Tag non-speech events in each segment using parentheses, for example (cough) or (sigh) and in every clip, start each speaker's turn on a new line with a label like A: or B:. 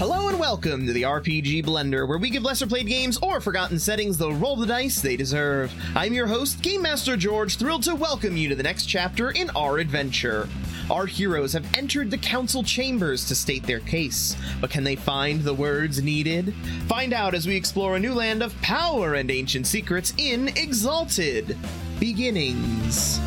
A: Welcome to the RPG Blender, where we give lesser played games or forgotten settings the roll the dice they deserve. I'm your host, Game Master George, thrilled to welcome you to the next chapter in our adventure. Our heroes have entered the council chambers to state their case, but can they find the words needed? Find out as we explore a new land of power and ancient secrets in Exalted Beginnings.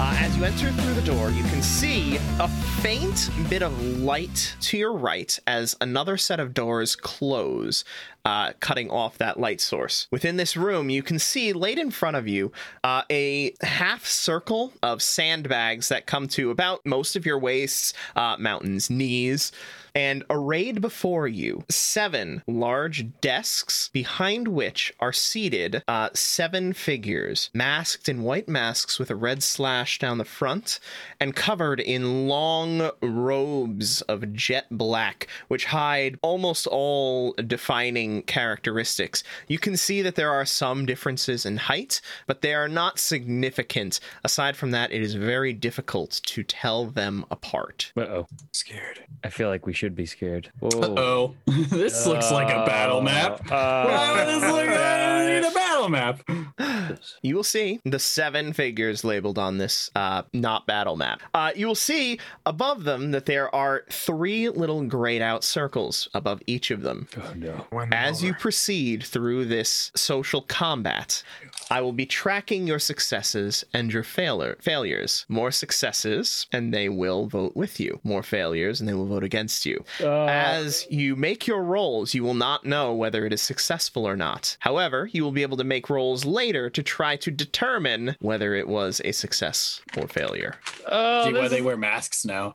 A: Uh, as you enter through the door, you can see a faint bit of light to your right as another set of doors close, uh, cutting off that light source. Within this room, you can see laid in front of you uh, a half circle of sandbags that come to about most of your waists, uh, mountains, knees. And arrayed before you, seven large desks behind which are seated uh, seven figures, masked in white masks with a red slash down the front, and covered in long robes of jet black, which hide almost all defining characteristics. You can see that there are some differences in height, but they are not significant. Aside from that, it is very difficult to tell them apart.
B: Uh oh.
C: Scared.
B: I feel like we should be scared. Whoa.
C: Oh, (laughs) this looks like a battle map. (laughs) Why would this look like we need a battle map?
A: You will see the seven figures labeled on this uh, not battle map. Uh, you will see above them that there are three little grayed out circles above each of them.
B: oh no.
C: One
A: As you
C: more.
A: proceed through this social combat, I will be tracking your successes and your failure failures. More successes, and they will vote with you. More failures, and they will vote against you. As you make your rolls, you will not know whether it is successful or not. However, you will be able to make rolls later to try to determine whether it was a success or failure.
B: Oh,
C: See why
B: this,
C: they
B: is,
C: wear masks (laughs) now.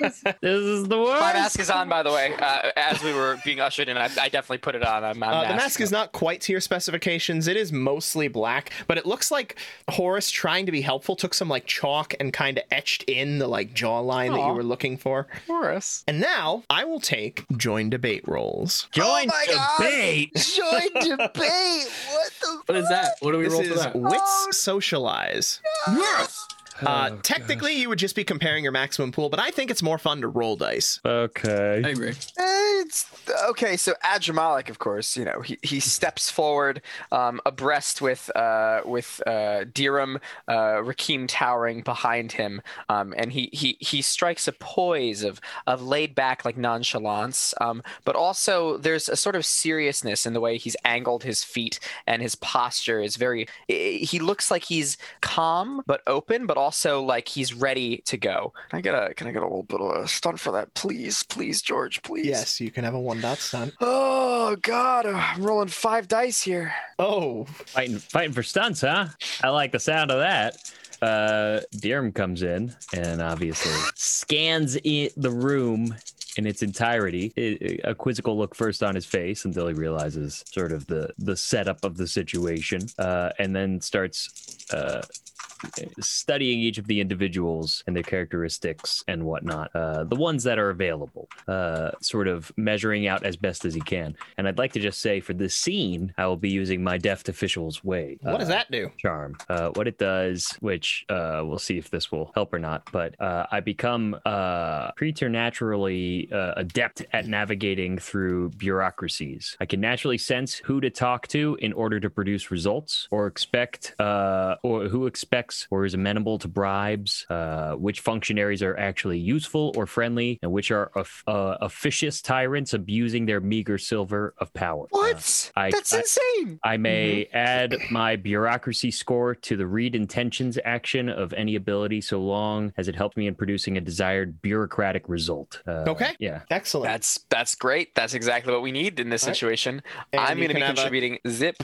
B: this is the worst.
D: My mask is on, by the way. Uh, as we were being ushered in, I, I definitely put it on. I'm, I'm
A: Uh, the mask is not quite to your specifications. It is mostly black, but it looks like Horace, trying to be helpful, took some like chalk and kind of etched in the like jawline that you
D: Aw.
A: were looking for.
D: Horace.
A: And now I will take join debate rolls.
C: Oh
B: Join
D: my God.
B: debate. (laughs)
D: Join debate. What the?
C: What is that? What do we
A: This
C: roll for
A: is
C: that?
A: wits socialize.
C: Yes!
A: Uh,
B: Oh,
A: technically, you would just be comparing your maximum pool, but I think it's more fun to roll dice.
B: Okay.
C: I agree.
D: Eh, It's, okay, so Adramalik, of course, you know he, he steps forward, um, abreast with uh, with uh, Dirham, uh, Rakim towering behind him, um, and he, he he strikes a poise of of laid back like nonchalance, um, but also there's a sort of seriousness in the way he's angled his feet and his posture is very. He looks like he's calm but open, but also like he's ready to go. Can I get a can I get a little bit of a stunt for that, please, please, George, please.
A: Yes, you can have a one dot stunt.
D: Oh God, I'm rolling five dice here.
A: Oh,
B: Fighting, fighting for stunts, huh? I like the sound of that. Uh, Dirham comes in and obviously scans it, the room in its entirety. I- a quizzical look first on his face until he realizes sort of the the setup of the situation, uh, and then starts uh, studying each of the individuals and their characteristics and whatnot, uh, the ones that are available, uh, sort of measuring out as best as he can. And I'd like to just say for this scene, I will be using my deft official's way.
A: what does
B: uh,
A: that do?
B: charm. Uh, what it does, which uh, we'll see if this will help or not, but uh, I become uh, preternaturally uh, adept at navigating through bureaucracies. I can naturally sense who to talk to in order to produce results, or expect, uh, or who expects or is amenable to bribes, uh, which functionaries are actually useful or friendly, and which are of- uh, officious tyrants abusing their meager silver of power. Uh,
D: What?
B: I-
D: That's
B: I-
D: insane.
B: I
A: Mm-hmm.
B: may add my bureaucracy score to the read intentions action of any ability so long as it helped me in producing a desired bureaucratic result. Uh,
A: Okay.
B: Yeah.
A: Excellent.
D: That's that's great. That's exactly what we need in this
A: All right.
D: situation.
A: And
D: I'm
A: you
D: going to
A: can
D: be
A: have a-
D: contributing zip.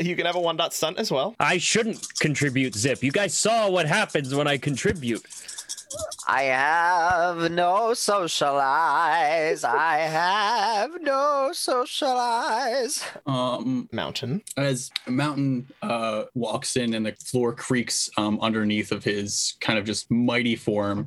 A: you can have a (laughs) one dot stunt as well.
B: I shouldn't contribute zip. You guys saw what happens when I contribute.
D: I have no social eyes. I have no social eyes.
C: Um,
A: Mountain.
C: as Mountain uh, walks in and the floor creaks um, underneath of his kind of just mighty form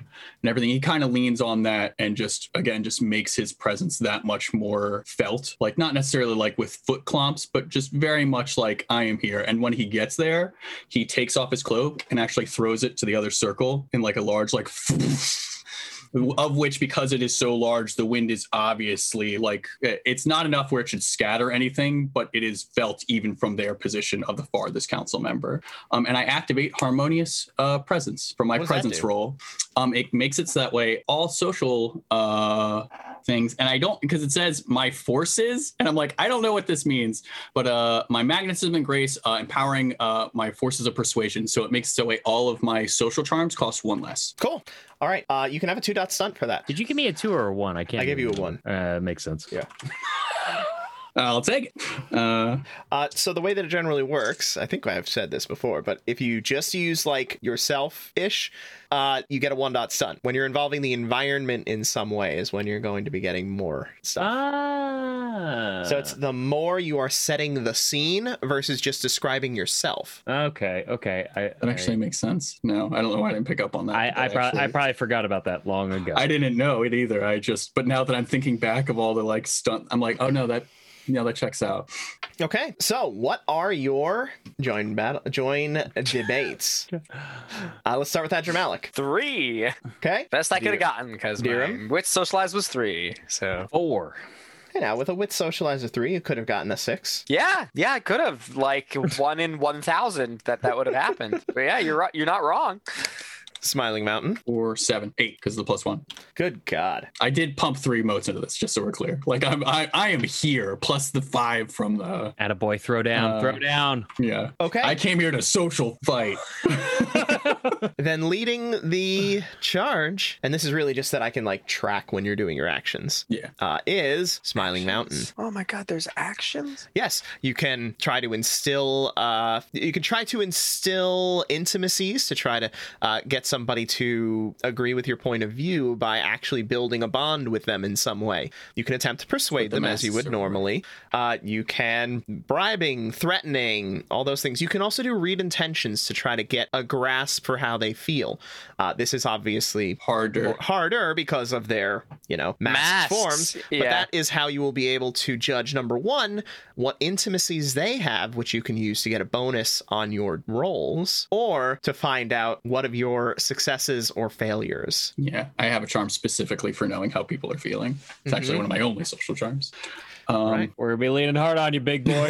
C: and everything, he kind of leans on that and just, again, just makes his presence that much more felt. Like, not necessarily like with foot clomps, but just very much like, I am here. And when he gets there, he takes off his cloak and actually throws it to the other circle in like a large, like, (laughs) of which because it is so large the wind is obviously like it's not enough where it should scatter anything but it is felt even from their position of the farthest council member um, and i activate harmonious uh, presence from my
A: What does that
C: presence
A: do?
C: roll um, it makes it so that way all social uh, things and i don't because it says my forces and i'm like i don't know what this means but uh, my magnetism and grace uh, empowering uh, my forces of persuasion so it makes it so that way all of my social charms cost one less
A: Cool. All right. Uh, you can have a two dot stunt for that.
B: Did you give me a two or a one? I can't.
A: I gave you a
B: remember. Uh, makes sense.
A: Yeah.
C: Uh, i'll take it uh,
A: Uh, so the way that it generally works, I think I've said this before, but if you just use like yourself ish, uh, you get a one dot stunt. When you're involving the environment in some way, is when you're going to be getting more stuff.
B: Ah.
A: So it's the more you are setting the scene versus just describing yourself.
B: okay. Okay. I
C: That actually makes sense. No, I don't know why I didn't pick up on that.
B: I I, I,
C: That
B: prob- I
C: actually-
B: probably forgot about that long ago.
C: I didn't know it either. I just, but now that I'm thinking back of all the like stunt, I'm like, oh no, that, no, that checks out.
A: Okay. So what are your join battle join
B: (laughs)
A: debates? Uh, let's start with Adramalic.
D: Three.
A: Okay.
D: Best I could have gotten because
A: Deerham?
D: my wit socialized was three. So
B: Four.
A: And now with a wit socializer three, you could have gotten a six.
D: yeah, yeah, I could have like one in one thousand that that would have happened. But yeah, you're right. You're not wrong.
A: Smiling Mountain.
C: Or seven, eight, because the plus one.
A: Good God.
C: I did pump three motes into this, just so we're clear. Like I'm, I, I am here, plus the five from the,
B: At a boy. Throw down.
C: Uh,
B: throw down.
C: yeah.
A: Okay.
C: I came here to social fight.
A: then leading the charge, and this is really just that I can like track when you're doing your actions.
C: Yeah.
A: Uh, is Smiling Mountain.
D: Oh my God, there's actions.
A: Yes, you can try to instill. Uh, you can try to instill intimacies to try to uh, get somebody to agree with your point of view by actually building a bond with them in some way. You can attempt to persuade
C: the
A: them as you would
C: masses are-
A: normally. Uh, you can bribing, threatening, all those things. You can also do read intentions to try to get a grasp for how they feel. Uh, this is obviously
C: Harder.
A: or harder because of their you know masked
D: Masks,
A: forms but
D: yeah.
A: that is how you will be able to judge number one what intimacies they have which you can use to get a bonus on your rolls or to find out what of your successes or failures
C: Yeah. I have a charm specifically for knowing how people are feeling. It's actually one of my only social charms. Um,
A: Mm-hmm. Right.
B: We're gonna be leaning hard on you, big
C: (laughs)
B: boy.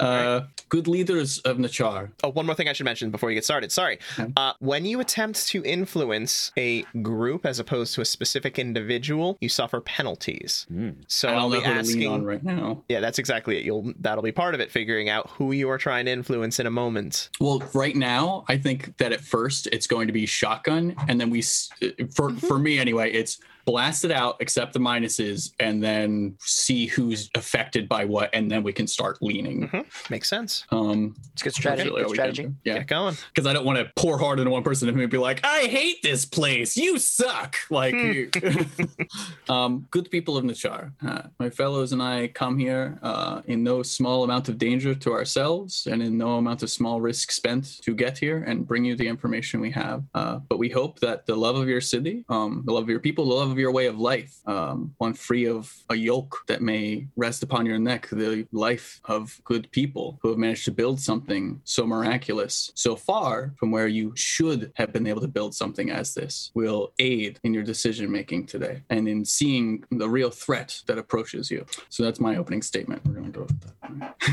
C: uh, good leaders of Nachar.
A: oh one more thing i should mention before you get started sorry uh, when you attempt to influence a group as opposed to a specific individual you suffer penalties so
C: Hmm. I
A: i'll
C: don't know
A: be
C: who to lean on
A: asking
C: right now.
A: yeah, that's exactly it. You'll that'll be part of it, figuring out who you are trying to influence in a moment.
C: Well, right now, I think that at first it's going to be shotgun, and then we, s- uh, for
A: Mm-hmm.
C: for me anyway, it's blast it out, accept the minuses, and then see who's affected by what, and then we can start leaning.
A: Makes sense.
C: Um,
D: It's a good strategy.
C: usually
D: Good
C: all we can
D: strategy.
C: do. Yeah,
A: Get going.
C: because I don't want to pour hard into one person and be like, "I hate this place. You suck." Like, (laughs) um, good people of Nachar, uh, my fellows and I come here uh, in no small amount of danger to ourselves, and in no amount of small risk spent to get here and bring you the information we have. Uh, but we hope that the love of your city, um, the love of your people, the love of your way of life, um, one free of a yoke that may rest upon your neck, the life of good people who have managed to build something so miraculous, so far from where you should have been able to build something as this, will aid in your decision making today and in seeing the real threat that approaches you. So that's my opening statement. We're going to go with that.
A: (laughs)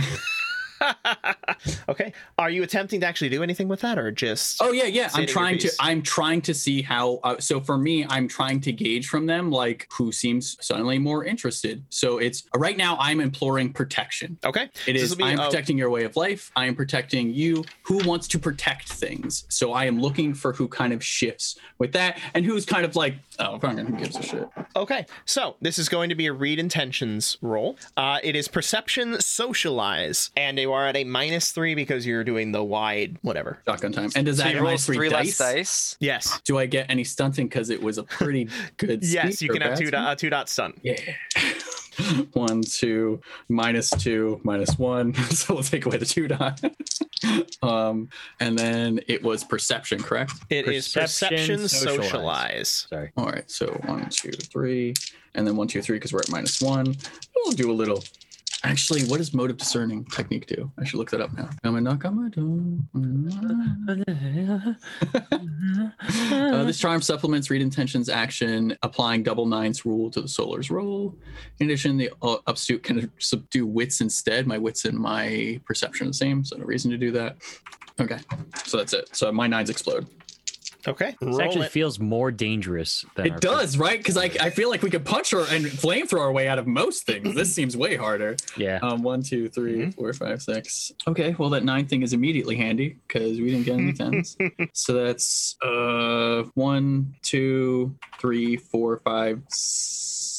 A: Okay. Are you attempting to actually do anything with that or just
C: Oh yeah, yeah.
A: Say it in
C: I'm
A: your
C: trying to.
A: piece.
C: I'm trying to see how. Uh, so for me, I'm trying to gauge from them like who seems suddenly more interested. So it's right now. I'm imploring protection.
A: Okay.
C: It
A: This
C: is.
A: will be-
C: I am
A: oh,
C: protecting your way of life. I am protecting you. Who wants to protect things? So I am looking for who kind of shifts with that, and who's kind of like, oh, fucking, who gives a shit?
A: Okay. So this is going to be a read intentions roll. Uh, it is perception, socialize, and a are at a minus three because you're doing the wide whatever.
C: Shotgun time. And does
D: So
C: that
D: he
C: am I
D: rolls
C: free
D: three
C: dice?
D: less dice.
A: Yes.
C: Do I get any stunting? Because it was
A: (laughs)
C: a pretty good.
A: Yes, you
C: speed
A: can
C: for
A: have two dot,
C: batsman.
A: uh, two dot stun.
C: Yeah. (laughs) one, two, minus two, minus one. (laughs) so we'll take away the two dot. (laughs) um, and then it was perception, correct?
A: It is
B: Perception,
A: perception,
B: socialize.
A: socialize.
B: Sorry.
C: All right, so one, two, three, and then one, two, three, because we're at minus one. We'll do a little. Actually, what does motive discerning technique do? I should look that up now. Come and knock on my door. Uh, this charm supplements read intentions action, applying double nines rule to the solar's roll. In addition, the uh, upsuit can subdue wits instead. My wits and my perception are the same, so no reason to do that. Okay, so that's it. So my nines explode.
A: Okay.
B: (laughs) This
A: Roll
B: actually
A: it.
B: feels more dangerous than our
C: It does, right? Because I, I feel like we could punch her and flamethrower our way out of most things. This seems way harder.
B: first- Yeah.
C: Um, one, two, three, four, five, six. Okay, well that nine thing is immediately handy because we didn't get any tens. so that's uh one, two, three, four, five, s-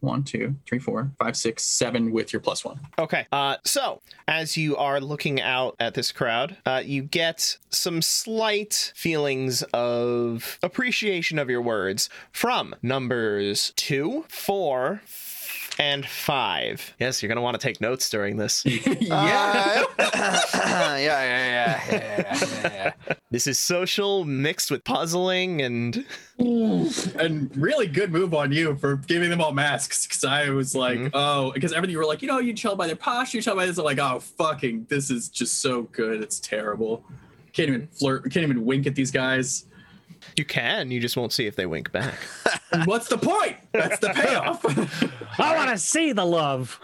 C: one, two, three, four, five, six, seven with your plus one.
A: Okay. Uh, so as you are looking out at this crowd, uh, you get some slight feelings of appreciation of your words from numbers two, four, and five. Yes, you're gonna want to take notes during (laughs) this.
D: Yeah. Uh, (coughs) yeah, yeah, yeah, yeah, yeah, yeah,
A: this is social mixed with puzzling and (laughs)
C: and really good move on you for giving them all masks because I was like, oh, because everything you were like, you know, you tell by their posture, you tell by this. I'm like, oh, fucking, this is just so good. It's terrible. Can't even flirt, can't even wink at these (laughs) guys.
A: you can, you just won't see if they wink back.
C: What's the point? That's the payoff. (laughs)
B: I want to see the love.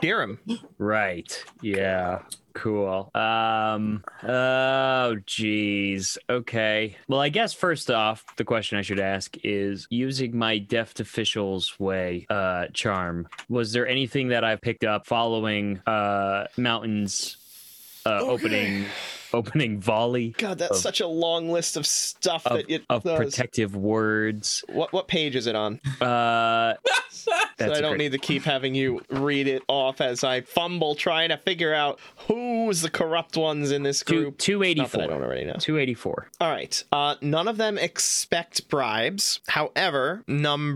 A: Dirham,
B: Right. Yeah. Cool. Um oh geez. Okay. Well, I guess first off, the question I should ask is using my deft officials way uh charm, was there anything that I picked up following uh mountains uh
C: Oh,
B: opening opening volley
A: God, that's
B: Of-
A: such a long list of stuff
B: of,
A: that it
B: of
A: does.
B: protective words?
A: What what page is it on?
B: Uh
A: (laughs) So
B: that's
A: I
B: a
A: don't
B: great-
A: need to keep
B: (laughs)
A: having you read it off as I fumble trying to figure out who's the corrupt ones in this
B: two,
A: group. Not that I
B: 284.
A: don't already know.
B: 284.
A: All right. Uh, none of them expect bribes. However,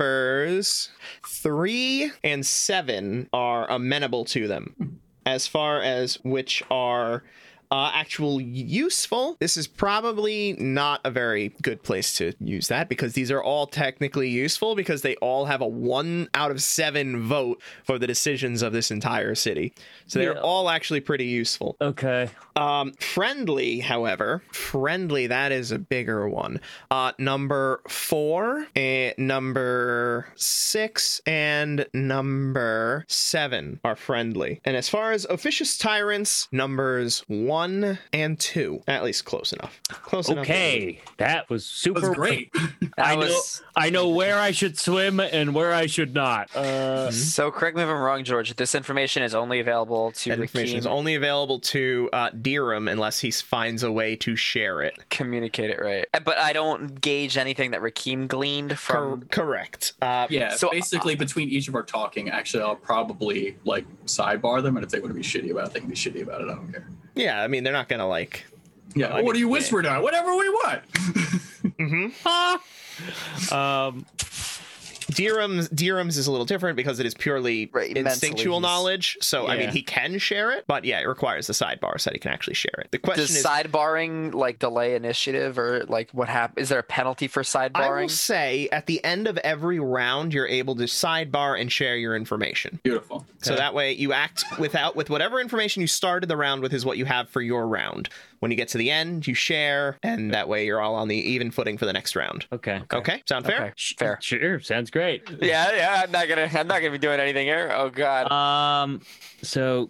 A: numbers three and seven are amenable to them. As far as which are uh, actual useful, this is probably not a very good place to use that because these are all technically useful because they all have a one out of seven vote for the decisions of this entire city. So they're
B: Yeah.
A: all actually pretty useful.
B: Okay.
A: Um, friendly, however, friendly, that is a bigger one. Uh, number four, eh, number six, and number seven are friendly. And as far as officious tyrants, numbers one and two, at least close enough. Close enough.
B: Okay, that was super
C: That's great.
B: I
D: That
B: know,
D: was-
B: I know where I should swim and where I should not. Uh,
E: Mm-hmm.
D: So correct me if I'm wrong, George. This information is only available to
A: That information is
D: Rakim.
A: only available to uh, Dirham unless he finds a way to share it.
D: Communicate it right. Uh, But I don't gauge anything that Rakim gleaned
A: Cor-
D: from.
A: correct. Uh,
C: Yeah.
D: So,
C: So basically, between each of our talking, actually, I'll probably like sidebar them, and if they want to be shitty about it, they can be shitty about it. I don't care.
A: yeah, I mean, they're not going to like.
C: Yeah. what do you whisper now? Whatever we want.
B: (laughs) um,
A: Dirham's Dirham's is a little different because it is purely
D: Right, mentally
A: instinctual
D: he's-
A: knowledge. So I mean,
B: Yeah.
A: he can share it, but yeah, it requires the sidebar so that he can actually share it. The question
D: Does
A: is,
D: sidebarring like delay initiative or like what happened? Is there a penalty
A: I
D: for
A: will
D: sidebarring?
A: say at the end of every round, you're able to sidebar and share your information.
C: Beautiful.
A: So that way, you act without with whatever information you started the round with is what you have for your round. When you get to the end, you share, and that way you're all on the even footing for the next round.
B: okay.
A: Okay, sound fair?
D: Okay, fair.
B: Sure, sounds great.
D: Yeah, yeah. I'm not gonna. I'm not gonna be doing anything here. Oh
E: Uh,
D: God.
B: Um, so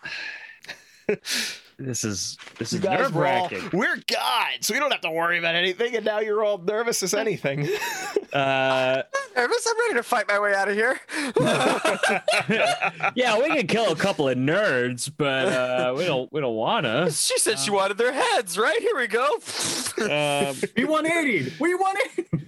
B: (sighs) this is this
A: You
B: is
A: guys
B: nerve
A: were all,
B: wracking.
A: we're gods. We don't have to worry about anything, and now you're all nervous as anything. (laughs)
B: Uh,
D: Nervous? I'm ready to fight my way out of
E: (laughs)
D: here. (laughs)
B: yeah, we could kill a couple of nerds, but uh, we don't we
A: (laughs)
B: don't wanna.
D: she said
E: Uh,
D: she wanted their heads. Right here we
E: (laughs)
D: go.
B: Um,
C: We want 80. We want 80.
D: we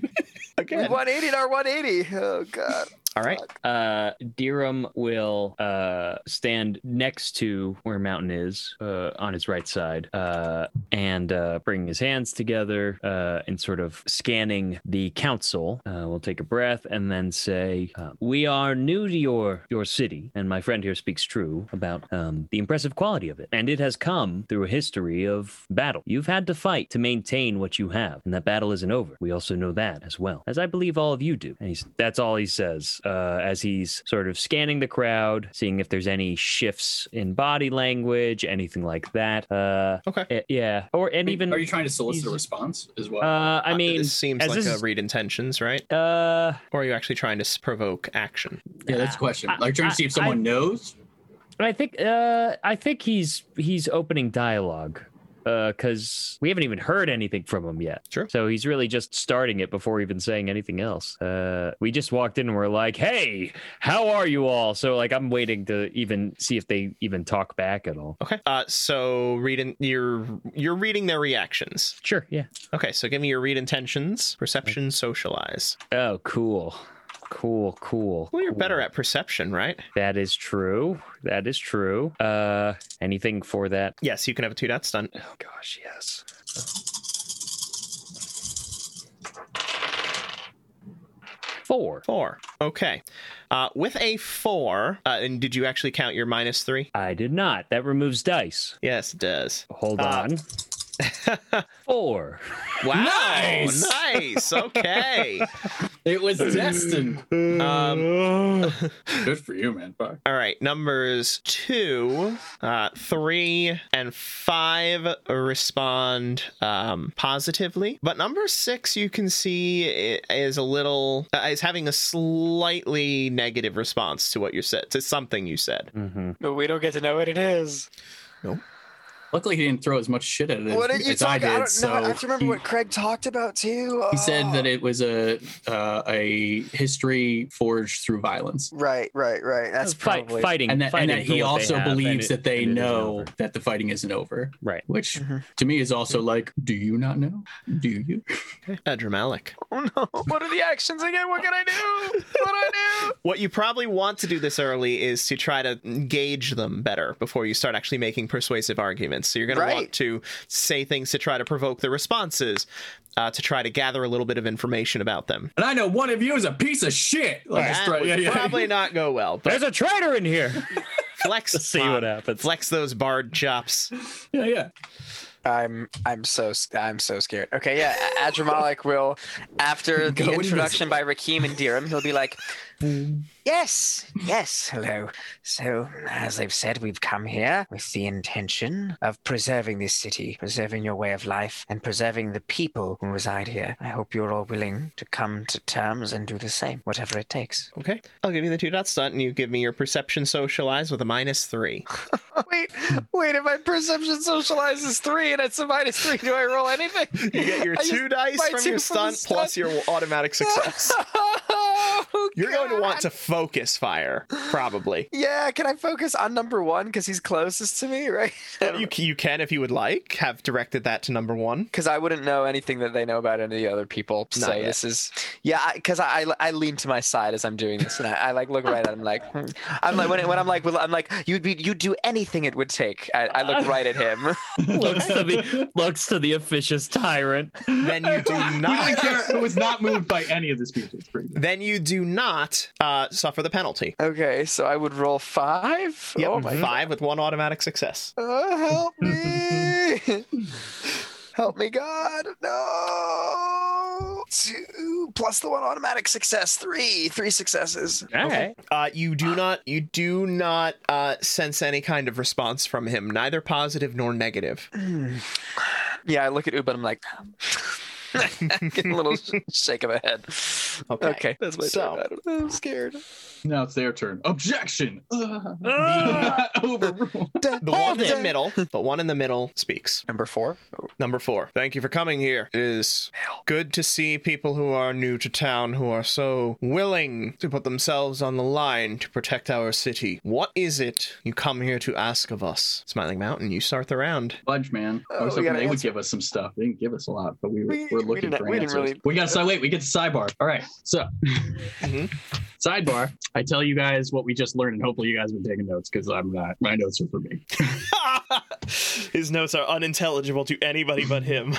A: Again.
D: 180 our 180. Oh God.
A: All right.
B: Uh, Dirham will uh, stand next to where Mountain is uh, on his right side uh, and uh, bring his hands together uh, and sort of scanning the council. Uh, we'll take a breath and then say, uh, "We are new to your your city, and my friend here speaks true about um, the impressive quality of it, and it has come through a history of battle. You've had to fight to maintain what you have, and that battle isn't over. We also know that as well, as I believe all of you do." And he's, that's all he says uh, as he's sort of scanning the crowd, seeing if there's any shifts in body language, anything like that. Uh,
A: Okay.
B: eh, yeah, or and even
C: Are you trying to solicit a
B: he's-
C: response as well?
B: uh, I mean,
A: this seems
B: as
A: like
B: this
A: a
B: is-
A: read intentions, right?
B: uh,
A: Or are you actually trying to s- provoke action?
C: yeah, that's a question.
B: I-
C: like trying to see if
B: I- I-
C: someone knows.
B: I think uh, I think he's he's opening dialogue because we haven't even heard anything from him yet.
A: Sure.
B: So he's really just starting it before even saying anything else. Uh, we just walked in and we're like, "Hey, how are you all?" So like, I'm waiting to even see if they even talk back at all.
A: Okay. Uh, so reading you're you're reading their reactions.
B: Sure. Yeah.
A: Okay, so give me your read intentions, perception, socialize.
B: Oh, cool. Cool, cool.
A: Well, you're
B: cool.
A: better at perception, right?
B: That is true. That is true. Uh, anything for that?
A: Yes, you can have a two dot stunt.
B: Oh gosh, yes. Four.
A: Four. Okay. Uh, with a four, uh, and did you actually count your minus three?
B: I did not. That removes dice.
A: Yes, it does.
B: Hold
A: Ah.
B: on. Four.
A: Wow.
C: Nice!
A: nice.
B: (laughs)
A: Okay.
C: It (laughs) was destined.
B: (laughs)
A: Um,
C: Good for you, man. Fuck.
A: All right, numbers two, uh, three, and five respond um, positively, but number six you can see i- is a little uh, is having a slightly negative response to what you said to something you said.
C: Mm-hmm.
B: Mhm.
E: But we don't get to know what it is.
D: (laughs)
C: Luckily, he didn't throw as much shit at it
E: What
C: as,
E: did you
C: as
E: talk
C: I did.
E: I don't
C: so
E: know. I have to remember
C: he,
E: what Craig talked about too.
C: he said that
E: Oh.
C: it was a uh, a history forged through violence,
E: Oh. Right, right, right. That's
B: Fight-
E: probably
B: fighting,
C: and that, and
B: fighting
C: that
B: for
C: he
B: what they
C: also
B: have, and
C: believes
B: it-
C: that they
B: and it isn't
C: know
B: over.
C: that the fighting isn't over,
B: Right.
C: which
E: Mhm.
C: to me is also like, do you not know? Do you?
A: Uh, dramatic.
E: Oh no! What are the actions again? What can I do? (laughs) What do I
A: What you probably want to do this early is to try to gauge them better before you start actually making persuasive arguments. So you're going to want
E: Right.
A: to say things to try to provoke the responses, uh, to try to gather a little bit of information about them.
C: And I know one of you is a piece of shit. Like,
A: That
C: just throw-
A: would
C: yeah,
A: (laughs)
C: yeah.
A: probably not go well, but
B: There's a traitor in here.
A: flex.
B: Let's see what
A: Bob.
B: happens.
A: Flex those barred chops.
C: (laughs) yeah, yeah.
E: do? I'm I'm so s- I'm so scared. Okay, yeah. A- Adramalik will,
C: Go
E: after the
C: invisible.
E: introduction by Rakim and Dirham, he'll be like, "Yes, yes, hello. So, as I've said, we've come here with the intention of preserving this city, preserving your way of life, and preserving the people who reside here. I hope you're all willing to come to terms and do the same, whatever it takes."
A: Okay. I'll give you the two dot stunt and you give me your perception socialize with a minus three.
E: (laughs) Wait, wait, if my perception socializes three and it's a minus three, do I roll anything?
A: (laughs)
E: (laughs)
A: You get your
E: I just-
A: two dice
E: my
A: from
E: two
A: your
E: from the
A: stunt plus
E: stunt.
A: your
E: (laughs)
A: automatic success.
E: Oh,
A: You're going to want
E: God.
A: to focus fire, probably.
E: (laughs) Yeah, can I focus on number one because he's closest to me, right?
A: You, c- you can, if you would like, have directed that to number one.
E: Because I wouldn't know anything that they know about any of the other people.
A: Not
E: so
A: yet.
E: this is, yeah, because I, I I lean to my side as I'm doing this, and I, I like look right at him, like hmm. I'm like when, when I'm like well, I'm like you'd be you'd do anything it would take. I, I look right
A: (laughs)
E: at him.
B: looks to the looks to the officious tyrant.
A: Then you
E: (laughs)
A: do
F: William
A: not.
F: Garrett was not moved by any of this speeches.
C: (laughs)
F: It's pretty good.
A: Then you do not uh, suffer the penalty.
E: okay, so I would roll five.
A: Yep,
E: Oh my
A: five with one automatic success.
E: Uh, help
A: (laughs)
E: me! help me, God! No! Two plus the one automatic success. Three, three successes.
B: All
A: Okay.
B: (laughs) right.
A: Uh, you do not you do not uh, sense any kind of response from him, neither positive nor negative.
E: Yeah, I look at Uba and I'm (laughs)
D: (laughs)
E: like, getting a little sh- shake of a head.
A: Okay,
E: Okay, that's my
A: so-
E: turn. I don't know, I'm scared.
F: Now it's their turn. Objection. Ugh.
B: (laughs)
E: (laughs)
B: Uh,
F: Overruled.
A: The one in the middle, the one in the middle speaks.
E: (laughs) Number four.
A: Number four. Thank you for coming here. It is good to see people who are new to town who are so willing to put themselves on the line to protect our city. What is it you come here to ask of us? Smiling Mountain, you start the round.
F: Fudge, man.
E: Oh,
F: I
E: we
F: was hoping
E: gotta
F: they would
E: answer.
F: give us some stuff. They didn't give us a lot, but we were,
E: We-
F: we, are
E: we
F: looking
E: didn't-
F: for
E: we didn't
F: answers.
C: (laughs)
E: really- Mm-hmm.
F: We got so wait. We get to sidebar. All right. So
C: Sidebar: I tell you guys what we just learned, and hopefully you guys have been taking notes because I'm not. My notes are for me.
A: (laughs) His notes are unintelligible to anybody but him.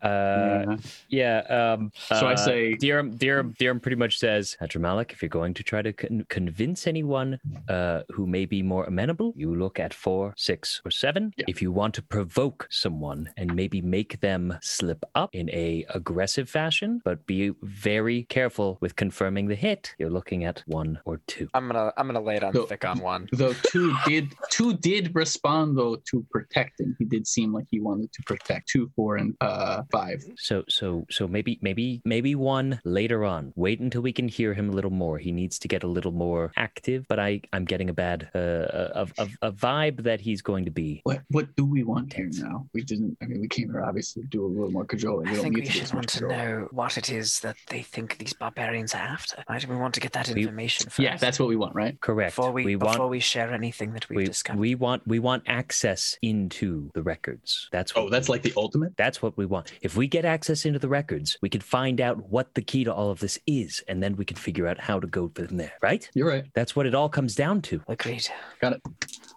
B: Uh, yeah. Um,
C: So I
B: uh,
C: say-
B: Dirham, Dirham, Dirham pretty much says, Hadra Malik, if you're going to try to con- convince anyone uh, who may be more amenable, you look at four, six, or seven.
C: Yeah.
B: If you want to provoke someone and maybe make them slip up in a aggressive fashion, but be very careful with confirming the hit, you're looking at one or two.
D: I'm gonna I'm gonna lay it on
C: No.
D: thick on one.
C: Though
B: (laughs)
C: two did two did respond though to protecting. He did seem like he wanted to protect two, four, and uh five.
B: So so so maybe maybe maybe one later on. Wait until we can hear him a little more. He needs to get a little more active. But I I'm getting a bad uh, a, a, a vibe that he's going to be.
C: What what do we want here now? We didn't. I mean, we came here obviously to do a little more cajoling.
E: I
C: We don't
E: think
C: need
E: we
C: to do
E: should
C: as
E: want
C: much
E: to
C: cajoling.
E: know what it is that they think these barbarians are after. Why do we want to get that
B: We-
E: information first?
C: Yeah, that's what we want, right?
B: Correct.
E: before we,
B: we
E: before
B: want
E: we share anything that we've
B: we,
E: discovered.
B: we want we want access into the records. That's what
C: Oh, that's
B: we-
C: like the ultimate.
B: that's what we want. If we get access into the records, we can find out what the key to all of this is, and then we can figure out how to go from there. Right?
C: You're right.
B: That's what it all comes down to.
E: Agreed.
G: All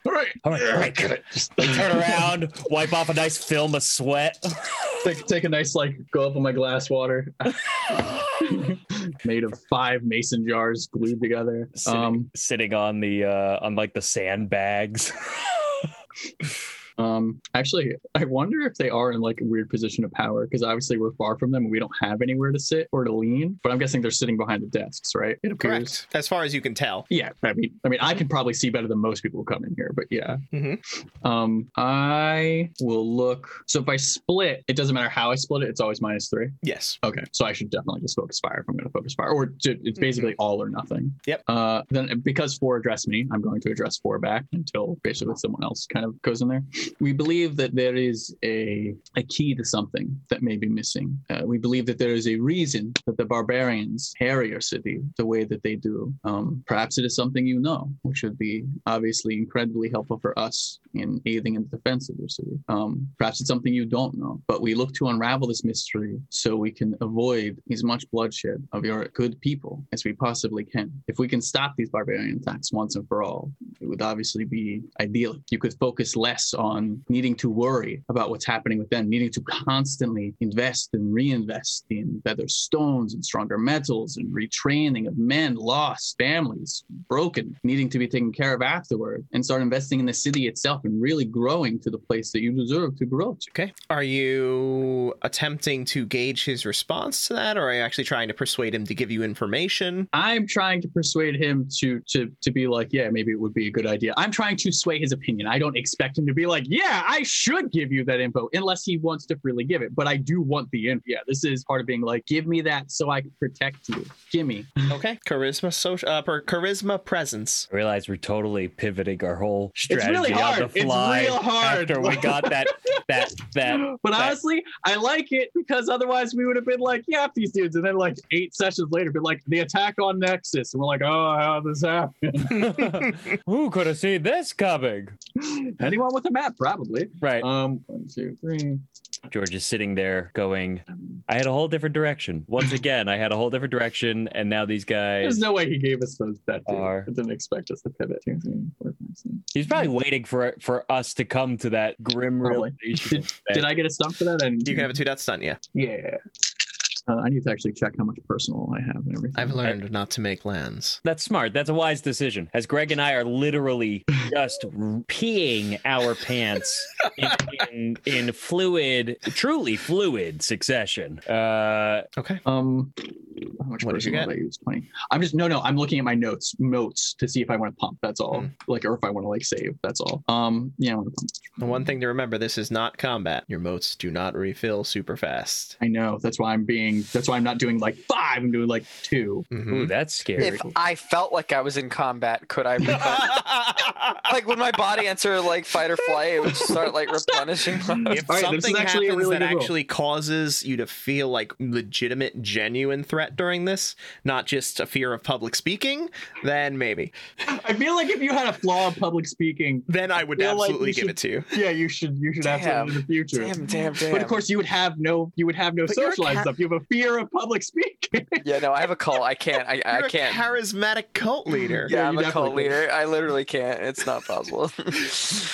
G: right.
B: All right, all right.
G: Get it. Just
B: around, wipe off a nice film of sweat. (laughs)
C: take, take a nice like go up on my
G: (laughs)
C: glass water made of five mason jars glued together
B: Sitting-
C: um,
B: sitting on the uh on like the (laughs) sandbags
C: um actually i wonder if they are in like a weird position of power because obviously we're far from them and we don't have anywhere to sit or to lean but i'm guessing they're sitting behind the desks right it appears
A: Correct. As far as you can tell.
C: yeah i mean i mean i can probably see better than most people who come in here but yeah
A: Mhm.
C: um i will look so if i split it doesn't matter how i split it it's always minus three
A: Yes.
C: Okay, so I should definitely just focus fire if I'm going to focus fire, or ju- it's basically all or nothing.
A: Yep.
C: Uh, then because four addressed me, I'm going to address four back until basically someone else kind of goes in there. We believe that there is a a key to something that may be missing. Uh, we believe that there is a reason that the barbarians harry your city the way that they do. Um, perhaps it is something you know, which would be obviously incredibly helpful for us in aiding in the defense of your city. Um, perhaps it's something you don't know, but we look to unravel this mystery so we can avoid as much bloodshed of your good people as we possibly can. If we can stop these barbarian attacks once and for all, it would obviously be ideal. You could focus less on needing to worry about what's happening with them, needing to constantly invest and reinvest in better stones and stronger metals and retraining of men lost, families broken, needing to be taken care of afterward, and start investing in the city itself and really growing to the place that you deserve to grow to.
A: Okay. Are you attempting to gauge his response to that, or are you actually trying to persuade him to give you
C: (laughs)
A: information?
C: I'm trying to persuade him to to to be like, yeah, maybe it would be a good idea. I'm trying to sway his opinion. I don't expect him to be like, yeah, I should give you that info, unless he wants to freely give it. But I do want the info. Yeah, this is part of being like, give me that so I can protect you. Gimme.
A: Okay. Charisma social uh, per charisma presence.
B: I realize we're totally pivoting our whole strategy
C: really hard.
B: on
C: It's
B: the fly
C: real hard.
B: after we
C: (laughs)
B: got that that that
C: But honestly, I like it because otherwise we would have been like, yeah, these dudes, and then like eight sessions later, been like the attack on Nexus, and we're like, oh, how
B: (laughs)
C: this happened?
B: who could have seen this coming
C: Anyone with a map, probably.
B: right
C: Um, one, two, three.
B: george is sitting there going i had a whole different direction once again i had a whole different direction and now these
C: There's
B: guys
C: no way he gave us those that dude.
B: Are-
C: I didn't expect us to pivot. Two, three, four, five, six.
B: he's probably waiting for for us to come to that grim
C: Probably.
B: realization
C: Did I get a stump for that? And
A: You can have a two dot stun, yeah.
C: yeah. Uh, I need to actually check how much personal I have and everything.
A: I've learned not to make lands.
B: That's smart. That's a wise decision. As Greg and I are literally just peeing our pants in, in, in fluid, truly fluid succession. Uh,
A: Okay.
C: Um, how much
A: What did you
C: personal
A: get?
C: did I use? Twenty. I'm just no, no. I'm looking at my notes, notes to see if I want to pump. That's all.
A: Mm.
C: Like, or if I want to like save. That's all. Um, yeah, I want to pump.
A: The one thing to remember this is not combat. Your motes do not refill super fast.
C: I know. That's why I'm being. That's why I'm not doing like five. I'm doing like two.
B: ooh,
A: Mhm.
B: that's scary.
D: If I felt like I was in combat, could I?
E: (laughs)
D: replenish- like would my body enter like fight or flight? It would just start
E: (laughs)
D: like
A: (laughs)
D: replenishing.
A: if
C: All right, this is
A: something
C: actually a
A: happens
C: really
A: that
C: good roll.
A: actually causes you to feel like legitimate, genuine threat during during this, not just a fear of public speaking, then maybe.
C: I feel like if you had a flaw in public speaking,
A: Then I would
C: Feel like
A: absolutely
C: we
A: give
C: should-
A: it to you.
C: yeah, you should you should
D: Damn.
C: have it in the future.
D: Damn, damn, damn.
C: But of course, you would have no you would have no
D: But you're a
C: socialized
D: ca-
C: stuff. You have a fear of public speaking. (laughs)
D: yeah, no, I have a call. I can't. I, I
A: You're
D: can't.
A: a charismatic cult leader.
D: yeah,
C: Yeah,
D: I'm
C: you
D: a cult
C: definitely can.
D: leader. I literally can't. It's not possible.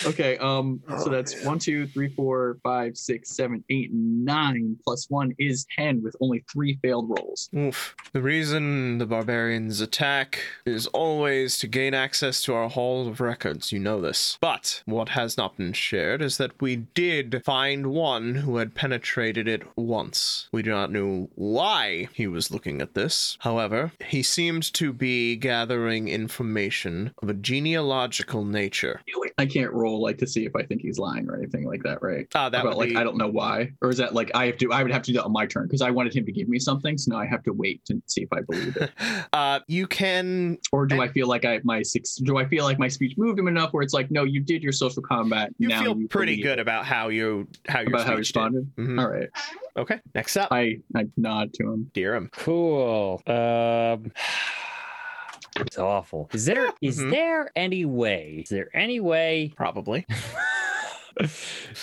C: okay, um, so
D: Oh,
C: that's one, two, three, four, five, six, seven, eight, nine plus one is ten with only three failed rolls.
A: Oof. The reason the barbarians attack is always to gain access to our hall of records. You know this. But what has not been shared is that we did find one who had penetrated it once. We do not know why he was looking at this. However, he seemed to be gathering information of a genealogical nature.
C: I can't roll like to see if I think he's lying or anything like that, right?
A: Ah, that
C: About,
A: would
C: like
A: be.
C: I don't know why, or is that like I have to? I would have to do that on my turn because I wanted him to give me something, so now I have to wait to see if I believe it.
A: (laughs) uh, you can
C: Or do I feel like I my six? Do I feel like my speech moved him enough where it's like, no, you did your social combat.
A: you
C: now
A: feel
C: you
A: pretty
C: believe
A: good about how you how your
C: about how he
A: speech did.
C: responded.
A: Mhm.
C: All right,
A: Okay, next up,
C: I I nod to him.
A: Deerham.
B: Cool. Um, (sighs) it's awful. Is there is
A: Mhm.
B: there any way? Is there
A: (laughs)
B: any way?
C: (laughs)
A: Probably.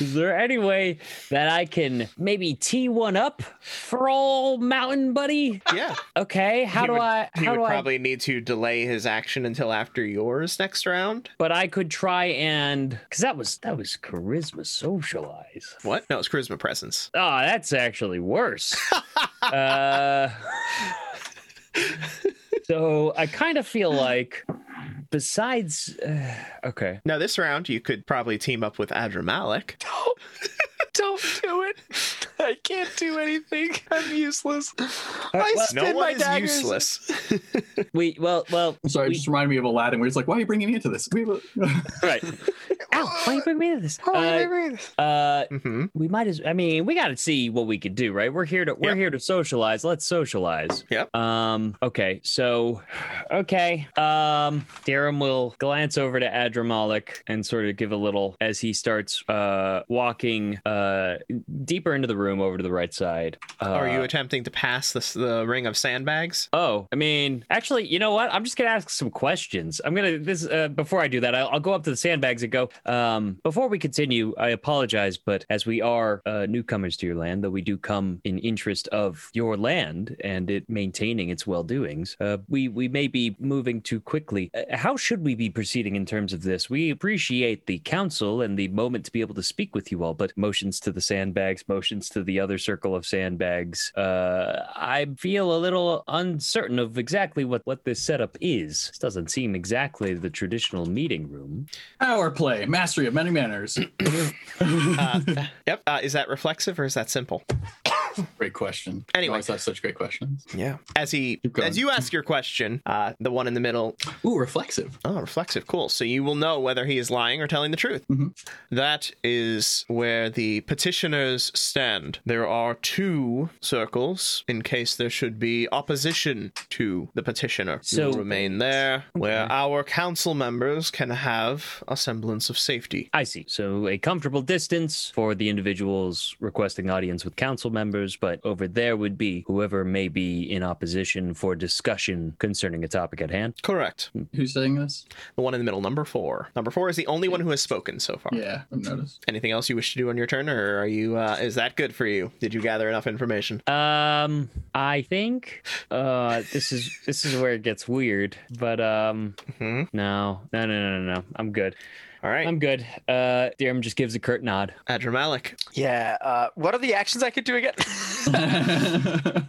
B: is there any way that I can maybe tee one up for old Mountain Buddy?
A: Yeah.
B: Okay. How
A: He
B: do
A: would-
B: I?
A: He
B: How
A: would
B: do I?
A: probably need to delay his action until after yours next round.
B: But I could try and because that was that was charisma socialize.
A: What? No, it's charisma presence.
B: Oh, that's actually worse. uh, so I kind of feel like, besides, uh, okay,
A: Now this round you could probably team up with Adramalik.
D: Don't do it. I can't do anything. I'm useless. I
B: well,
A: No
D: spin my
A: one is
D: daggers.
B: (laughs)
A: useless.
B: we well well
C: I'm sorry, it
B: We-
C: just reminded me of Aladdin, where he's like, "Why are you bringing me into this?" We (laughs) were-
B: right. Ow! Why you bring me into this?
D: Oh,
B: Uh, uh,
A: hmm
B: we might as I mean, we got to see what we could do, right? We're here to we're
A: Yep.
B: here to socialize. Let's socialize.
A: Yep.
B: Um. Okay. So, okay. Um. Darum will glance over to Adramalik and sort of give a little as he starts uh walking uh deeper into the room over to the right side. Uh,
A: Are you attempting to pass this, the ring of sandbags?
B: Oh, I mean, actually, you know what? I'm just gonna ask some questions. I'm gonna this uh, before I do that. I'll, I'll go up to the sandbags and go. Um, before we continue, I apologize, but as we are uh, newcomers to your land, though we do come in interest of your land and it maintaining its well doings, uh, we we may be moving too quickly. Uh, how should we be proceeding in terms of this? We appreciate the council and the moment to be able to speak with you all, but motions to the sandbags, motions to the other circle of sandbags. Uh, I feel a little uncertain of exactly what, what this setup is. This doesn't seem exactly the traditional meeting room.
C: Power play, mastery of
A: (coughs)
C: many manners.
A: Uh, yep. Uh, is that reflexive or is that simple?
C: great question.
A: Anyway.
C: I always have such great questions.
A: Yeah. As he,
C: Keep going.
A: as you ask your question, uh, the one in the middle
C: Ooh, reflexive.
A: Oh, reflexive. Cool. So you will know whether he is lying or telling the truth.
B: Mm-hmm.
C: Mhm.
A: That is where the petitioners stand. There are two circles in case there should be opposition to the petitioner.
B: So-
A: you will remain there where
B: Okay.
A: our council members can have a semblance of safety.
B: I see. So a comfortable distance for the individuals requesting audience with council members, but over there would be whoever may be in opposition for discussion concerning a topic at hand.
A: Correct.
C: Who's saying this?
A: The one in the middle, number four. Number four is the only one who has spoken so far.
C: Yeah, I've
A: (laughs)
C: noticed. (laughs)
A: Anything else you wish to do on your turn, or are you? Uh, is that good for you? Did you gather enough information?
B: Um, I think uh this is this is where it gets weird, but um
A: Mhm.
B: no, no, no, no, no, no. I'm good.
A: All right,
B: I'm good. Uh, Dirham just gives a curt nod.
A: Adramalik.
D: Yeah. Uh, what are the actions I could do again?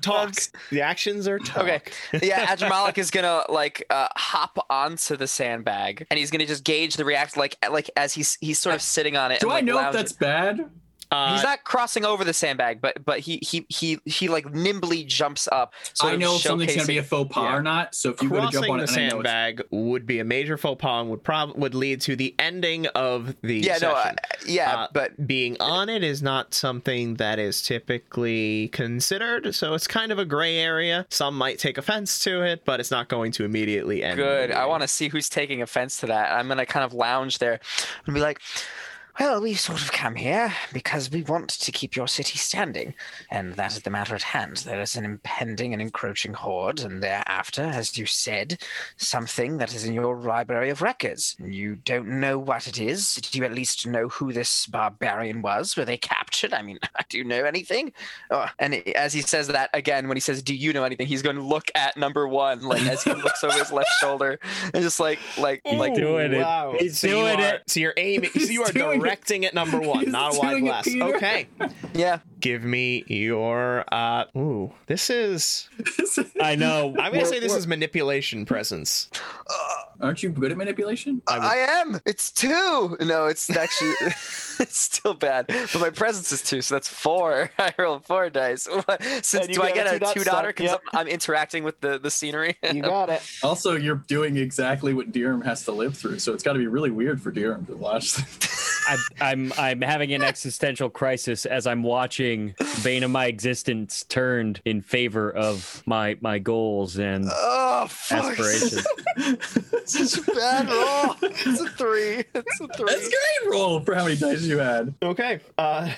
A: Talk. The actions are talk.
D: Okay. yeah, Adramalik is gonna like uh, hop onto the sandbag, and he's gonna just gauge the react like like as he's he's sort of sitting on it.
C: Do
D: and,
C: I
D: like,
C: know if
D: lounging.
C: that's bad?
A: Uh,
D: He's not crossing over the sandbag, but but he he he he like nimbly jumps up. sort
C: I
D: of
C: know if something's gonna be a
D: showcasing-
C: faux pas
D: yeah.
C: or not. So if you were to jump
A: crossing
C: on
A: the
C: it, and I know it's
A: sandbag would be a major faux pas and would prob- would lead to the ending of the
D: Yeah, no, uh,
A: session.
D: yeah,
A: Uh,
D: but
A: Being on it is not something that is typically considered, so it's kind of a gray area. Some might take offense to it, but it's not going to immediately end.
D: good. I
A: anything.
D: want to see who's taking offense to that. I'm gonna kind of lounge there and be like,
E: Well, we sort of come here because we want to keep your city standing, and that is the matter at hand. There is an impending and encroaching horde, and thereafter, as you said, something that is in your library of records. You don't know what it is. Do you at least know who this barbarian was? Were they captured? I mean, (laughs) do you know anything?
D: Oh, and it- as he says that again, when he says, "Do you know anything?" He's going to look at number one, like as he looks over his left shoulder, and just like, like, like,
B: doing it.
A: wow.
B: He's
A: so you
B: doing
A: are-
B: it.
A: So you're aiming. So you
C: He's
A: are
C: doing it.
A: directing at number one,
C: He's
A: not a wide
C: doing it,
A: glass.
C: Peter.
A: Okay.
D: yeah.
A: Give me your. uh Ooh, this is.
C: (laughs)
B: I know.
A: I'm gonna say this is manipulation presence.
C: Aren't you good at manipulation?
D: I, am. It's two. No, it's (laughs) actually it's still bad. But my presence is two, so that's four. (laughs) I rolled four dice. What- (laughs) Since
A: And you
D: do I
A: got a
D: get
A: two-dot
D: a two dotter
A: suck,
D: because
A: yep.
D: I'm, I'm interacting with the the scenery?
A: You got it.
C: Also, you're doing exactly what Dirham has to live through, so it's got to be really weird for Dirham to watch. (laughs)
B: I, I'm I'm having an existential crisis as I'm watching the bane of my existence turned in favor of my my goals and
D: oh fuck!
B: aspirations.
D: It's a bad roll. It's a three. It's a three.
C: That's a great roll for how many dice you had.
A: Okay. Uh,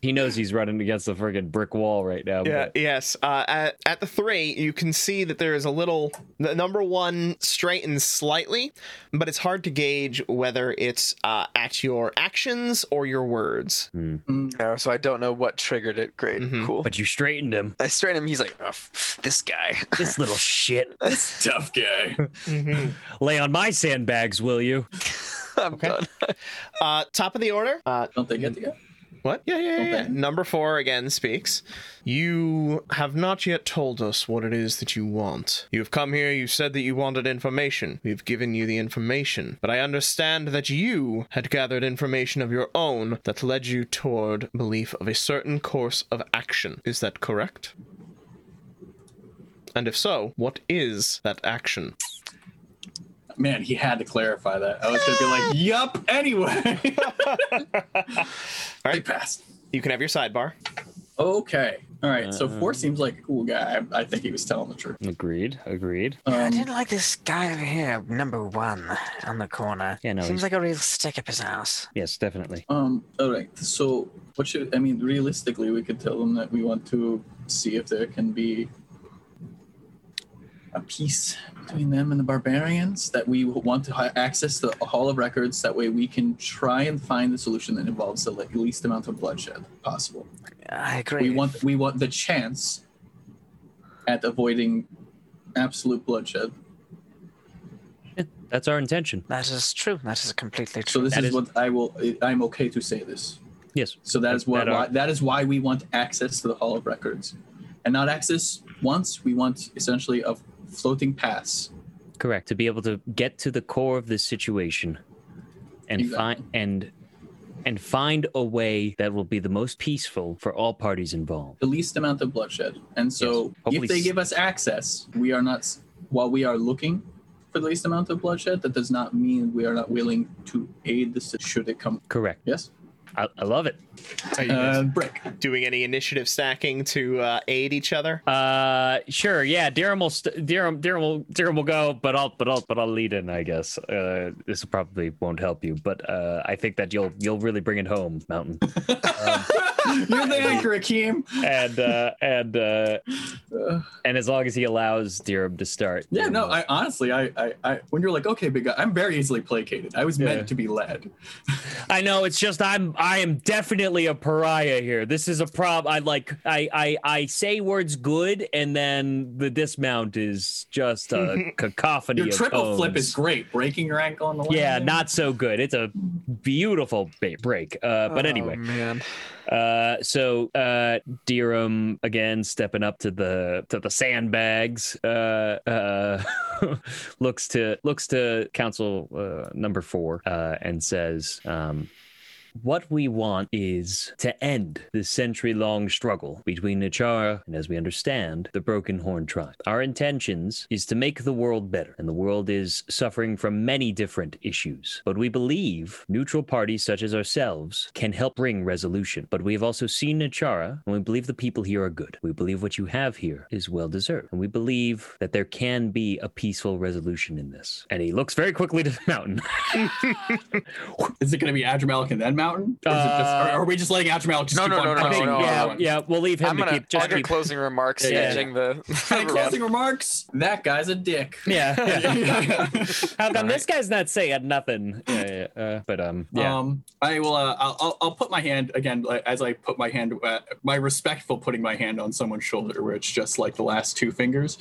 B: he knows he's running against the friggin' brick wall right now.
A: yeah.
B: but
A: Yes. Uh, at, at the three, you can see that there is a little. The number one straightens slightly, but it's hard to gauge whether it's uh, at your actions or your words.
D: No, so I don't know what triggered it. Great,
A: Mhm.
D: cool.
B: But you straightened him.
D: I strain him. He's like, oh, f- this guy.
B: This little shit.
C: Tough guy.
A: Mm-hmm.
B: Lay on my sandbags, will you?
D: I'm
A: Okay.
D: done.
A: Uh, top of the order. Uh,
C: Don't they get the guy?
A: What? Yeah, yeah, yeah.
C: Okay.
A: yeah. Number four again speaks. You have not yet told us what it is that you want. You have come here, you said that you wanted information. We have given you the information. But I understand that you had gathered information of your own that led you toward belief of a certain course of action. Is that correct? And if so, what is that action?
C: Man, he had to clarify that. I was gonna be like, "Yup." Anyway,
A: All
C: I
A: right,
C: passed.
A: you can have your sidebar.
C: Okay. All right. So four seems like a cool guy. I, I think he was telling the truth.
B: Agreed. Agreed.
E: I
C: Um,
E: didn't like this guy over here, number one on the corner.
B: Yeah, no,
E: Seems
B: he's-
E: like a real stick up his ass.
B: Yes, definitely.
C: um. All right. So what should I mean? Realistically, we could tell them that we want to see if there can be a peace between them and the barbarians. That we want to ha- access the Hall of Records. That way, we can try and find the solution that involves the le- least amount of bloodshed possible.
E: I agree.
C: We want we want the chance at avoiding absolute bloodshed.
B: That's our intention.
E: That is true. That is completely
C: So
E: true.
C: this
B: That
C: is,
B: is-
C: what I will. I'm okay to say this.
B: Yes.
C: So that is what
B: That are-
C: why, that is why we want access to the Hall of Records, and not access once. We want essentially a floating pass.
B: Correct. To be able to get to the core of this situation and
C: Exactly.
B: find and and find a way that will be the most peaceful for all parties involved.
C: the least amount of bloodshed. And so,
B: Hopefully
C: if they
B: s-
C: give us access, we are not, s- while we are looking for the least amount of bloodshed, that does not mean we are not willing to aid this should it come.
B: Correct.
C: Yes?
B: I, I love it.
A: Are you
C: Uh,
A: guys
C: break.
A: doing any initiative stacking to uh, aid each other?
B: Uh, sure. Yeah, Durham will st- Durham Durham will Durham will go, but I'll but I'll but I'll lead in. I guess uh, this probably won't help you, but uh, I think that you'll you'll really bring it home, Mountain.
C: You're the anchor, Akeem.
B: and uh, and
C: (laughs)
B: uh,
C: Uh,
B: and as long as he allows Durham to start.
C: yeah,
B: Durham
C: no,
B: will-
C: I honestly, I, I, I, when you're like, okay, big guy, I'm very easily placated. I was
B: Yeah.
C: meant to be led.
B: I know it's just I'm I am definitely a pariah here. This is a problem. I like I I I say words good and then the dismount is just
C: (laughs)
B: a cacophony.
C: Your
B: of
C: triple
B: tones.
C: flip is great. Breaking your ankle on the landing.
B: Yeah, not so good. It's a beautiful ba- break. Uh,
C: Oh.
B: but anyway,
D: Oh, man.
B: uh, so uh, Dirham again stepping up to the to the sandbags. Uh, uh, (laughs) looks to looks to Council uh, Number Four uh, and says. Um, what we want is to end the century long struggle between Nachara and, as we understand, the Broken Horn tribe. Our intentions is to make the world better, and the world is suffering from many different issues. But we believe neutral parties such as ourselves can help bring resolution. But we have also seen Nachara, and we believe the people here are good. We believe what you have here is well deserved, and we believe that there can be a peaceful
D: (laughs)
B: resolution in this. And he looks very quickly to the mountain.
C: Is it going to be Adramalic and then mountain? Or is it just,
B: Uh,
C: are, are we just letting Atramalic just
D: No,
C: keep
D: no,
C: on
B: (laughs)
D: no, no,
C: pressing
B: think,
D: Oh, no,
C: on
B: yeah,
C: that one?
B: yeah, we'll leave him
D: I'm
B: to
D: gonna
B: keep just
D: under
B: keep.
D: closing remarks,
B: Yeah, yeah.
D: edging the.
C: Any closing remarks? That guy's a dick. (laughs)
A: (laughs)
B: Yeah, yeah. How come
D: All
B: this guy's not saying nothing? Yeah, yeah. Uh, but um, yeah.
A: Oh.
C: Um, I will. Uh, I'll, I'll- I'll put my hand again like, as I put my hand, uh, my respectful putting my hand on someone's shoulder, where it's just like the last two fingers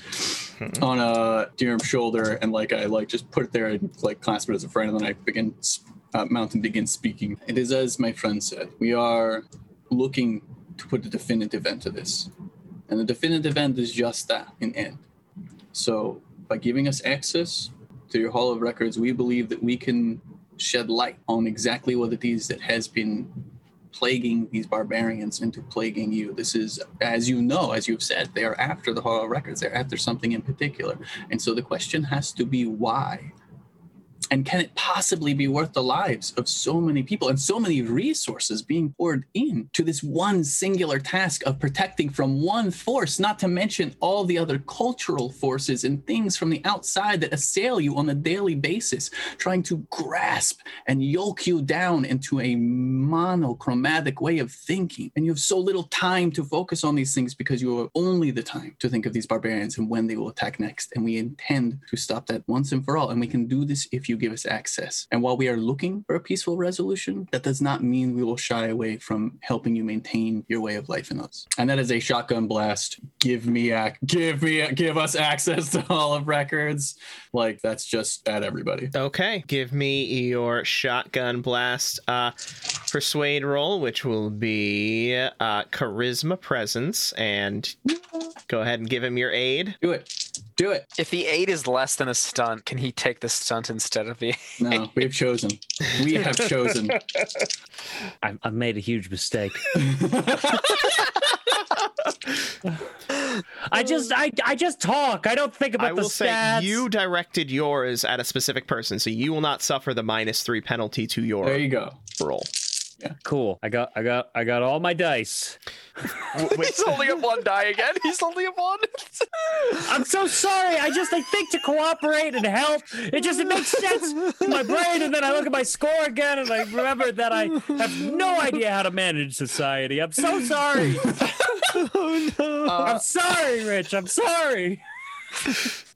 C: on a Durham's shoulder, and like I like just put it there and like clasp it as a friend, and then I begin sp- uh, mountain begins speaking. It is as my friend said. We are looking to put a definitive end to this, and the definitive end is just that, an end. So by giving us access to your Hall of Records, we believe that we can shed light on exactly what it is that has been plaguing these barbarians into plaguing you. This is, as you know, as you've said, they are after the Hall of Records. They're after something in particular. And so the question has to be why? And can it possibly be worth the lives of so many people and so many resources being poured in to this one singular task of protecting from one force, not to mention all the other cultural forces and things from the outside that assail you on a daily basis, trying to grasp and yoke you down into a monochromatic way of thinking. And you have so little time to focus on these things because you have only the time to think of these barbarians and when they will attack next. And we intend to stop that once and for all. And we can do this if you give us access. And while we are looking for a peaceful resolution, that does not mean we will shy away from helping you maintain your way of life in us. And that is a shotgun blast. Give me ac- give me ac- give us access to all of records. Like that's just at everybody.
A: Okay, give me your shotgun blast uh, persuade roll, which will be uh, charisma presence, and go ahead and give him your aid.
C: Do it. Do it.
D: If the eight is less than a stunt, can he take the stunt instead (laughs) of the?
C: No, we have chosen. We (laughs) have chosen.
B: I, I made a
A: (laughs)
B: huge mistake. I just, I, I just talk. I don't think about
A: I
B: the
A: will
B: stats.
A: say you directed yours at a specific person, so you will not suffer the minus three penalty to your
C: There you go.
A: roll.
B: Cool. I got, I got, I got all my dice.
D: He's only up one die again. He's only up one.
B: I'm so sorry. I just, I think to cooperate and help. It just, it makes sense in my brain, and then I look at my score again, and I remember that I have no idea how to manage society. I'm so sorry.
A: Oh,
B: I'm sorry, Rich. I'm sorry.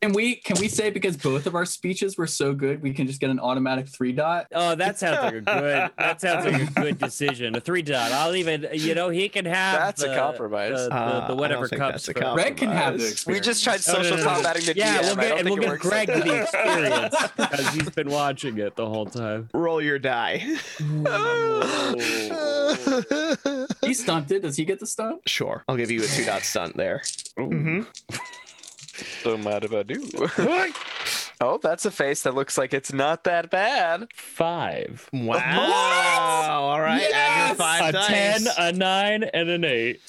C: Can we can we say because both of our speeches were so good, we can just get an automatic three dot?
B: Oh, that sounds like a good. That sounds like a good decision. A three dot. I'll even. You know, he can have.
D: That's a
B: the-
D: compromise.
B: The, the,
A: Uh, I
B: the
A: don't
B: whatever
A: think
B: cups.
A: that's a
B: for-
A: compromise.
C: Red can have the
A: We
C: experience.
D: We just tried
B: Oh, No, no,
D: social
B: no, no.
D: combating the
B: yeah,
D: DM.
B: we'll
D: I
B: get,
D: don't
B: and we'll
D: think it
B: get
D: works
B: Greg
D: like
B: the
D: that.
B: experience because he's been watching it the whole time.
A: Roll your die.
C: He stunted. Does he get the stunt?
A: (laughs) sure, I'll give you a two dot stunt there.
B: Mm-hmm.
A: Mhm.
D: So mad about you. oh, that's a face that looks like it's not that bad.
B: Five.
A: Wow! All right, add your
C: Yes!
A: five
B: a
A: dice.
B: ten, a nine, and an eight.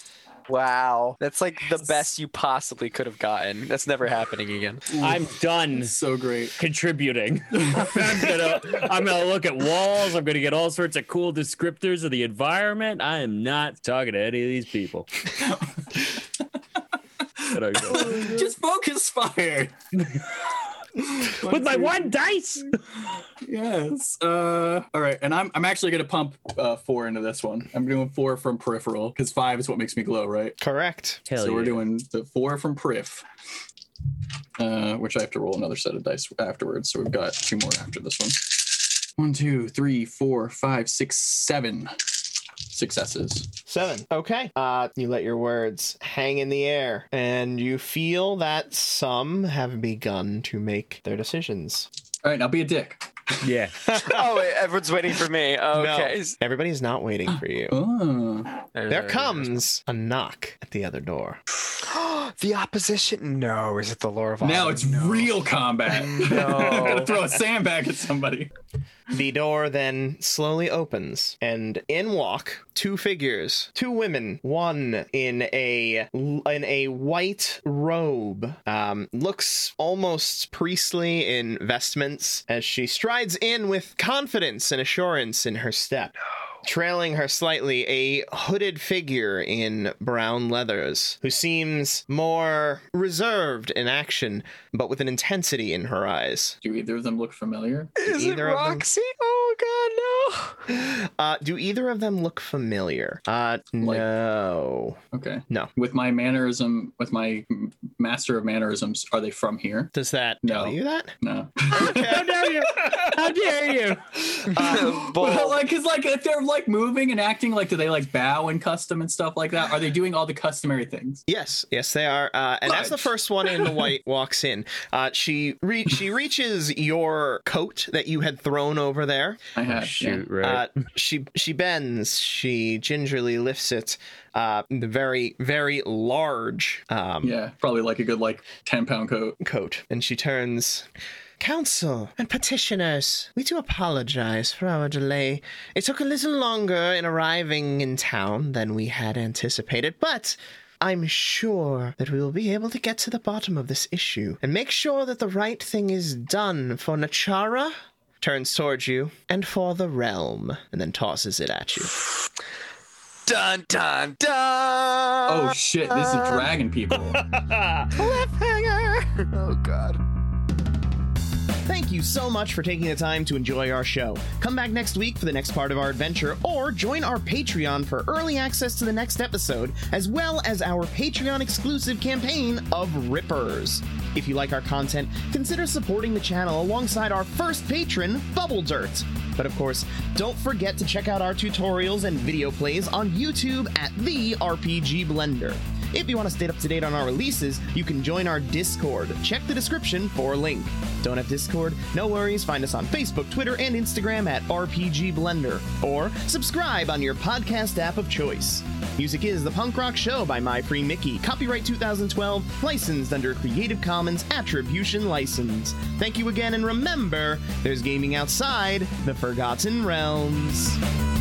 D: Wow. That's like the best you possibly could have gotten. That's never happening again.
B: I'm done
C: So great.
B: contributing. I'm gonna, I'm gonna look at walls. I'm gonna get all sorts of cool descriptors of the environment. I am not talking to any of these people. And I go,
C: Just focus fire.
B: (laughs) With my one dice.
C: Yes. Uh, all right, and I'm I'm actually gonna pump uh, four into this one. I'm doing four from peripheral because five is what makes me glow, right?
A: Correct.
B: Hell
C: so
B: yeah.
C: we're doing the four from Prif, uh, which I have to roll another set of dice afterwards. So we've got two more after this one. One, two, three, four, five, six, seven successes.
A: Seven. Okay. Uh, you let your words hang in the air, and you feel that some have begun to make their decisions.
C: All right, now be a dick.
B: yeah.
D: oh, wait, everyone's waiting for me. Okay.
A: No, everybody's not waiting for you.
C: Oh,
A: There comes a knock at the other door.
D: (gasps) the opposition. No, is it the lore of
C: now
D: Autumn?
C: it's real combat. I'm (laughs) gonna throw a sandbag at somebody.
A: The door then slowly opens, and in walk two figures, two women. One in a in a white robe, um, looks almost priestly in vestments as she strides in with confidence and assurance in her step. Trailing her slightly, a hooded figure in brown leathers, who seems more reserved in action, but with an intensity in her eyes.
C: Do either of them look familiar?
D: Is it
A: Either of them.
D: Roxy? Oh, God, no.
A: (laughs) Uh, do either of them look familiar? Uh,
C: Like-
A: no.
C: Okay.
A: No.
C: With my mannerism, with my m- master of mannerisms, are they from here?
A: Does that
C: No.
A: tell you (laughs) that?
C: No.
B: How dare you? How dare you?
D: Um, (laughs)
C: Well, like, cause like if they're like moving and acting, like do they like bow in custom and stuff like that? Are they doing all the customary things?
A: Yes, yes, they are. Uh, and as the
C: Nice.
A: first one in the white walks in, uh, she re- she reaches your coat that you had thrown over there.
C: I have.
B: Shoot,
A: Uh,
B: right?
A: she she bends. She gingerly lifts it. Uh, the very very large um,
C: Yeah. yeah, probably like a good like ten pound coat.
A: coat, and she turns. Counsel and petitioners, we do apologize for our delay. It took a little longer in arriving in town than we had anticipated, but I'm sure that we will be able to get to the bottom of this issue and make sure that the right thing is done for Nachara. Turns towards you and for the realm, and then tosses it at you.
D: dun dun dun.
C: Oh shit, this is dragon people.
D: cliffhanger. (laughs) Oh god.
A: Thank you so much for taking the time to enjoy our show. Come back next week for the next part of our adventure, or join our Patreon for early access to the next episode, as well as our Patreon exclusive campaign of Rippers. If you like our content, consider supporting the channel alongside our first patron, Bubble Dirt. But of course, don't forget to check out our tutorials and video plays on YouTube at The RPG Blender. If you want to stay up to date on our releases, you can join our Discord. Check the description for a link. Don't have Discord? No worries. Find us on Facebook, Twitter, and Instagram at RPG Blender, or subscribe on your podcast app of choice. Music is The Punk Rock Show by My Free Mickey, copyright 2012, licensed under a Creative Commons Attribution License. Thank you again, and remember, there's gaming outside the Forgotten Realms.